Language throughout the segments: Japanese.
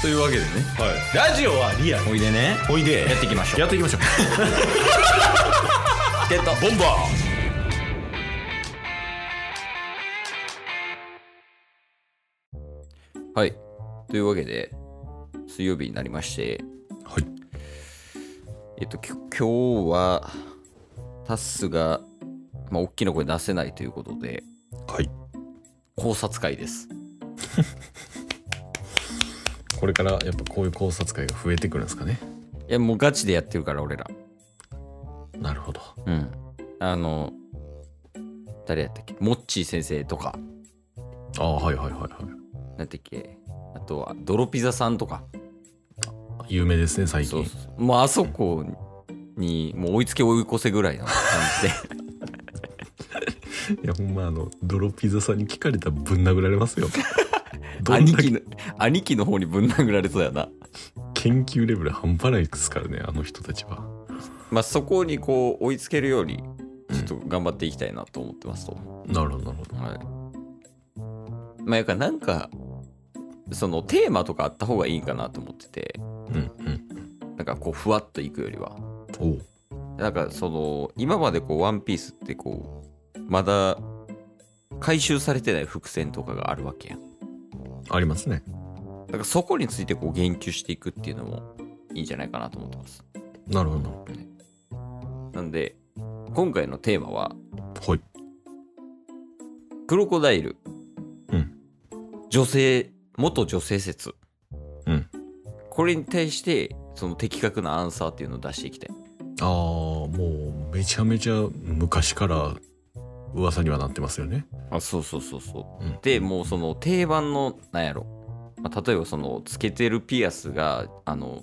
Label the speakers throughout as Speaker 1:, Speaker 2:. Speaker 1: というわけでね
Speaker 2: はい、ラジオはリアル
Speaker 1: おいでね
Speaker 2: おいで
Speaker 1: やっていきましょう
Speaker 2: やっていきましょう
Speaker 1: ゲット
Speaker 2: ボンバ
Speaker 1: はいというわけで水曜日になりまして
Speaker 2: ーはい
Speaker 1: えっときょ今日はタッスがまあ大きな声出せないということで
Speaker 2: はい
Speaker 1: 考察会です
Speaker 2: これからやっぱこういう考察会が増えてくるんですかね
Speaker 1: いやもうガチでやってるから俺ら
Speaker 2: なるほど
Speaker 1: うんあの誰やったっけモッチー先生とか
Speaker 2: ああはいはいはいは
Speaker 1: 何やったっけあとはドロピザさんとか
Speaker 2: い有名ですね最
Speaker 1: そ
Speaker 2: 近
Speaker 1: うそうそうもうあそこにもう追いつけ追い越せぐらいの感じで
Speaker 2: いやほんまあのドロピザさんに聞かれたらぶん殴られます よ どん
Speaker 1: 兄
Speaker 2: だ
Speaker 1: 貴
Speaker 2: け
Speaker 1: の兄貴の方にぶん殴られそうやな
Speaker 2: 研究レベル半端ないですからねあの人たちは
Speaker 1: まあそこにこう追いつけるようにちょっと頑張っていきたいなと思ってますと、
Speaker 2: なるほどなるほど
Speaker 1: はいまあやからなんかそのテーマとかあった方がいいんかなと思ってて
Speaker 2: うんうん
Speaker 1: なんかこうふわっといくよりは
Speaker 2: おう
Speaker 1: なんかその今までこう「ワンピースってこうまだ回収されてない伏線とかがあるわけやん
Speaker 2: ありますね
Speaker 1: だからそこについてこう言及していくっていうのもいいんじゃないかなと思ってます
Speaker 2: なるほどなるほ
Speaker 1: なんで今回のテーマは
Speaker 2: どはい
Speaker 1: クロコダイル、
Speaker 2: うん
Speaker 1: 女性元女性説、
Speaker 2: うん
Speaker 1: これに対してその的確なアンサーっていうのを出していきたい
Speaker 2: ああもうめちゃめちゃ昔から噂にはなってますよね、
Speaker 1: あそうそうそうそう
Speaker 2: うん、
Speaker 1: でもうその定番のなんやろ、まあ、例えばそのつけてるピアスがあの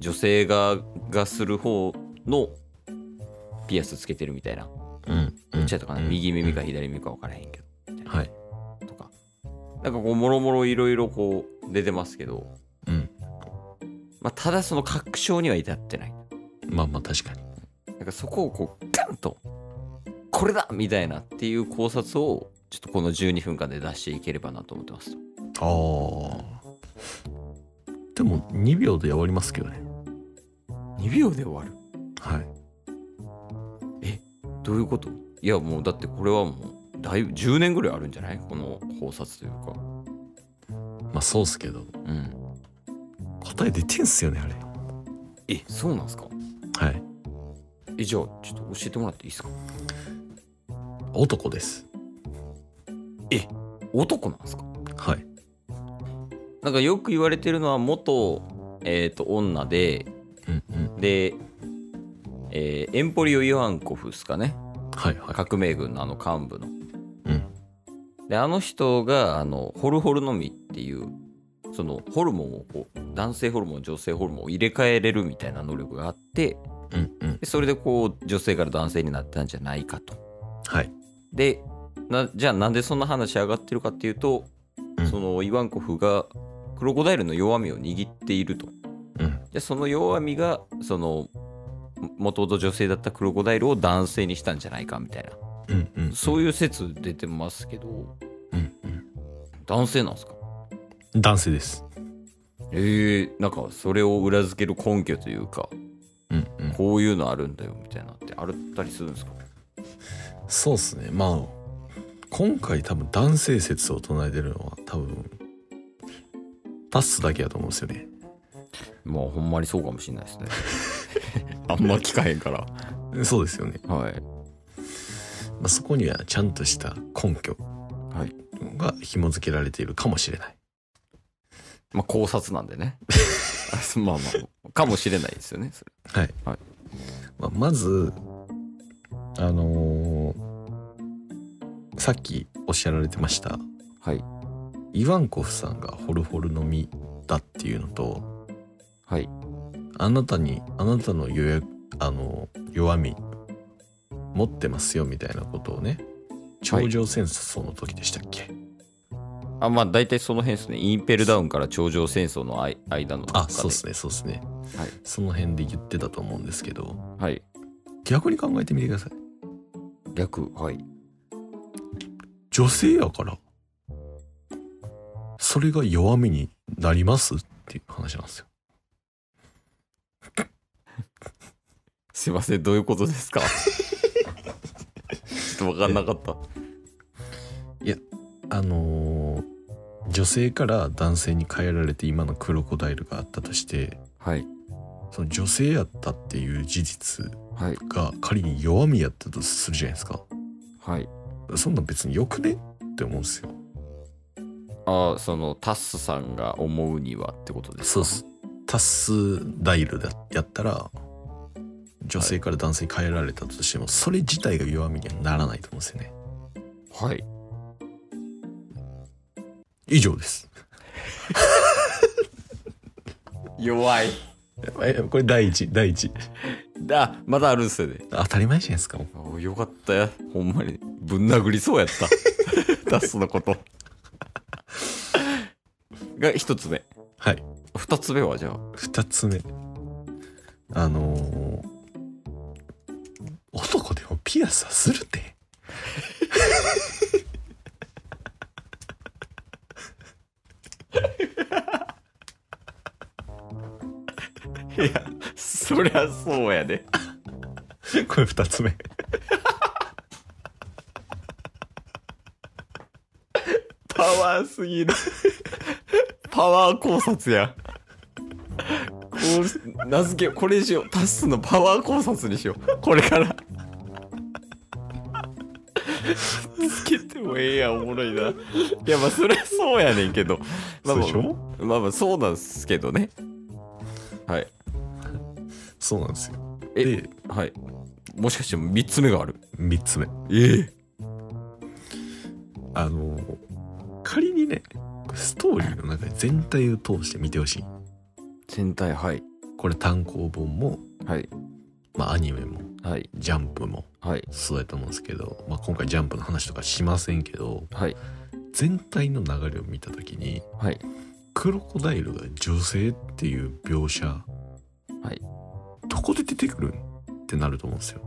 Speaker 1: 女性側がする方のピアスつけてるみたいな、
Speaker 2: うんう
Speaker 1: どっ
Speaker 2: ん
Speaker 1: ちやったかな、
Speaker 2: うん
Speaker 1: 右耳か左耳か分からへんけど
Speaker 2: はい
Speaker 1: とかなんかこうもろもろいろいろこう出てますけど、
Speaker 2: うん
Speaker 1: まあ、ただその確証には至ってない。
Speaker 2: まあまあ確かに
Speaker 1: なんかそこをこうガンとこれだみたいなっていう考察をちょっとこの12分間で出していければなと思ってます。
Speaker 2: ああでも2秒で終わりますけどね
Speaker 1: 2秒で終わる
Speaker 2: はい
Speaker 1: どういうこといやもうだってこれはもうだいぶ10年ぐらいあるんじゃないこの考察というか。
Speaker 2: まあそうっすけど
Speaker 1: うん、
Speaker 2: 答え出てんすよねあれ
Speaker 1: えそうなんですか
Speaker 2: はい
Speaker 1: えじゃあちょっと教えてもらっていいですか
Speaker 2: 男です
Speaker 1: 男なんですか
Speaker 2: はい
Speaker 1: なんかよく言われてるのは元、えー、と女で
Speaker 2: うんうん
Speaker 1: で、えーエンポリオ・ヨハンコフですかね
Speaker 2: はいはい
Speaker 1: 革命軍のあの幹部の。
Speaker 2: うん
Speaker 1: であの人があのホルホルのみっていうそのホルモンをこう男性ホルモン女性ホルモンを入れ替えれるみたいな能力があって
Speaker 2: うんうん
Speaker 1: でそれでこう女性から男性になったんじゃないかと。
Speaker 2: はい
Speaker 1: でなじゃあなんでそんな話上がってるかっていうと、
Speaker 2: うん
Speaker 1: そのイワンコフがクロコダイルの弱みを握っていると。
Speaker 2: うん
Speaker 1: でその弱みがそのもともと女性だったクロコダイルを男性にしたんじゃないかみたいな
Speaker 2: うんうん
Speaker 1: そういう説出てますけど
Speaker 2: うんうん
Speaker 1: 男性なんですか
Speaker 2: 男性です
Speaker 1: ええなんかそれを裏付ける根拠というか
Speaker 2: うんうん
Speaker 1: こういうのあるんだよみたいなってあったりするんですか
Speaker 2: そうっすねまあ今回多分男性説を唱えてるのは多分タッスだけだと思うんですよね
Speaker 1: まあほんまにそうかもしれないですね あんま聞かへんから
Speaker 2: そうですよね、
Speaker 1: はい
Speaker 2: まあ、そこにはちゃんとした根拠
Speaker 1: はい
Speaker 2: が紐付けられているかもしれない
Speaker 1: まあ考察なんでねあそう まあまあかもしれないですよねそれ
Speaker 2: はい、
Speaker 1: はい
Speaker 2: まあ、まずあのーさっきおっしゃられてました
Speaker 1: はい
Speaker 2: イワンコフさんがホルホルの実だっていうのと
Speaker 1: はい
Speaker 2: あなたにあなたの予約あの弱み持ってますよみたいなことをね頂上戦争の時でしたっけ、
Speaker 1: あまあ大体その辺ですねインペルダウンから頂上戦争のあい間の
Speaker 2: あそう
Speaker 1: っ
Speaker 2: ですねそうですね、
Speaker 1: はい
Speaker 2: その辺で言ってたと思うんですけど
Speaker 1: はい
Speaker 2: 逆に考えてみてください
Speaker 1: 逆はい
Speaker 2: 女性やからそれが弱みになりますっっていう話なんですよ。
Speaker 1: すいませんどういうことです かちょっと分かんなかった
Speaker 2: あのー女性から男性に変えられて今のクロコダイルがあったとして
Speaker 1: はい
Speaker 2: その女性やったっていう事実
Speaker 1: はい
Speaker 2: が仮に弱みやったとするじゃないですか
Speaker 1: はい
Speaker 2: そんなん別によくねって思うんですよ
Speaker 1: ああそのタッスさんが思うにはってことですか
Speaker 2: そうっすタスダイルだやったら女性から男性に変えられたとしてもそれ自体が弱みにはならないと思うんですよね
Speaker 1: はい
Speaker 2: 以上です
Speaker 1: 弱い
Speaker 2: えこれ第一第一
Speaker 1: だまだあるんすよね
Speaker 2: 当たり前じゃないですかも
Speaker 1: およかったよほんまにぶん殴りそうやった タッスのことが一つ目
Speaker 2: うはい
Speaker 1: 二つ目はじゃあ
Speaker 2: 二つ目あのー男でもピアスはするって
Speaker 1: いやそりゃそうやで、ね、
Speaker 2: これ二つ目
Speaker 1: パワーすぎるパワー考察やこう名付けこれにしようタッスのパワー考察にしようこれからつけてもええやんおもろいないやまあそりゃそうやねんけどまあま
Speaker 2: そうで
Speaker 1: あ
Speaker 2: しょ
Speaker 1: まあまあそうなんですけどねはい
Speaker 2: そうなんですよ
Speaker 1: え
Speaker 2: で
Speaker 1: はいもしかして3つ目がある
Speaker 2: 三つ目
Speaker 1: ええ
Speaker 2: あのー仮にねストーリーの中で全体を通して見てほしい
Speaker 1: 全体はい
Speaker 2: これ単行本も、
Speaker 1: はい
Speaker 2: まあ、アニメも
Speaker 1: はい
Speaker 2: ジャンプも
Speaker 1: はい
Speaker 2: そうやと思うんですけど、まあ、今回ジャンプの話とかしませんけど
Speaker 1: はい
Speaker 2: 全体の流れを見た時に
Speaker 1: はい
Speaker 2: クロコダイルが女性っていう描写
Speaker 1: はい
Speaker 2: どこで出てくるんってなると思うんですよ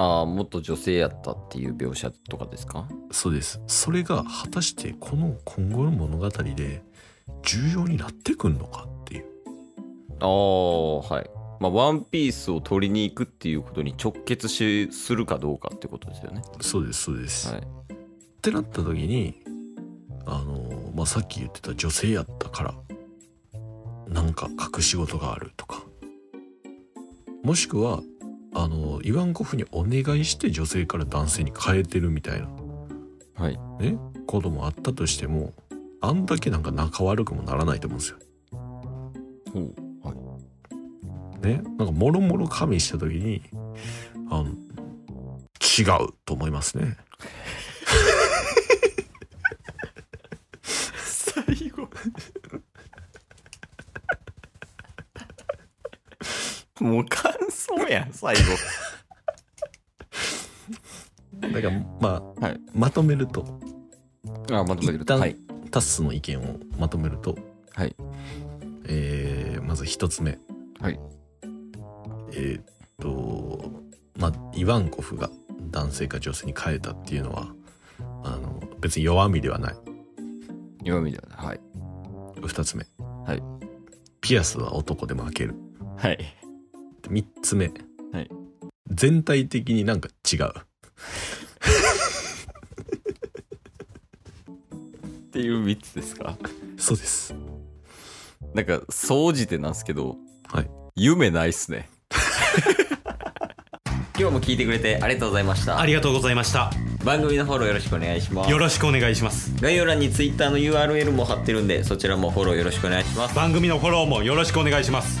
Speaker 1: ああもっと女性やったっていう描写とかですか
Speaker 2: そうですそれが果たしてこの今後の物語で重要になってくんのかっていう
Speaker 1: ああはいまあワンピースを取りに行くっていうことに直結しするかどうかってことですよね
Speaker 2: そうですそうです、
Speaker 1: はい
Speaker 2: ってなった時にあの、まあ、さっき言ってた女性やったからなんか隠し事があるとかもしくはあのイワンコフにお願いして女性から男性に変えてるみたいな
Speaker 1: はい
Speaker 2: こともあったとしてもあんだけなんか仲悪くもならないと思うんですよ。
Speaker 1: ほうはい
Speaker 2: ね、なんかもろもろ加味した時にあの違うと思いますね。
Speaker 1: 最後もう感想やん最後
Speaker 2: だからまあ、
Speaker 1: はい
Speaker 2: まとめると
Speaker 1: ああまとめてる
Speaker 2: 一旦
Speaker 1: はい
Speaker 2: タッスの意見をまとめると、
Speaker 1: はい
Speaker 2: えーまず一つ目、
Speaker 1: はい
Speaker 2: えーっとまあイワンコフが男性か女性に変えたっていうのはあの別に弱みではない
Speaker 1: 今みたいなはい
Speaker 2: 二つ目、
Speaker 1: はい
Speaker 2: ピアスは男でも開ける
Speaker 1: はい
Speaker 2: 三つ目、
Speaker 1: はい
Speaker 2: 全体的になんか違う
Speaker 1: っていう3つですか
Speaker 2: そうです
Speaker 1: なんか総じてなんですけど、
Speaker 2: はい
Speaker 1: 夢ないっすね今日も聞いてくれてありがとうございました
Speaker 3: ありがとうございました
Speaker 1: 番組のフォローよろしくお願いします
Speaker 3: よろしくお願いします
Speaker 1: 概要欄に Twitter の URL も貼ってるんでそちらもフォローよろしくお願いします
Speaker 3: 番組のフォローもよろしくお願いします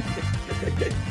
Speaker 3: す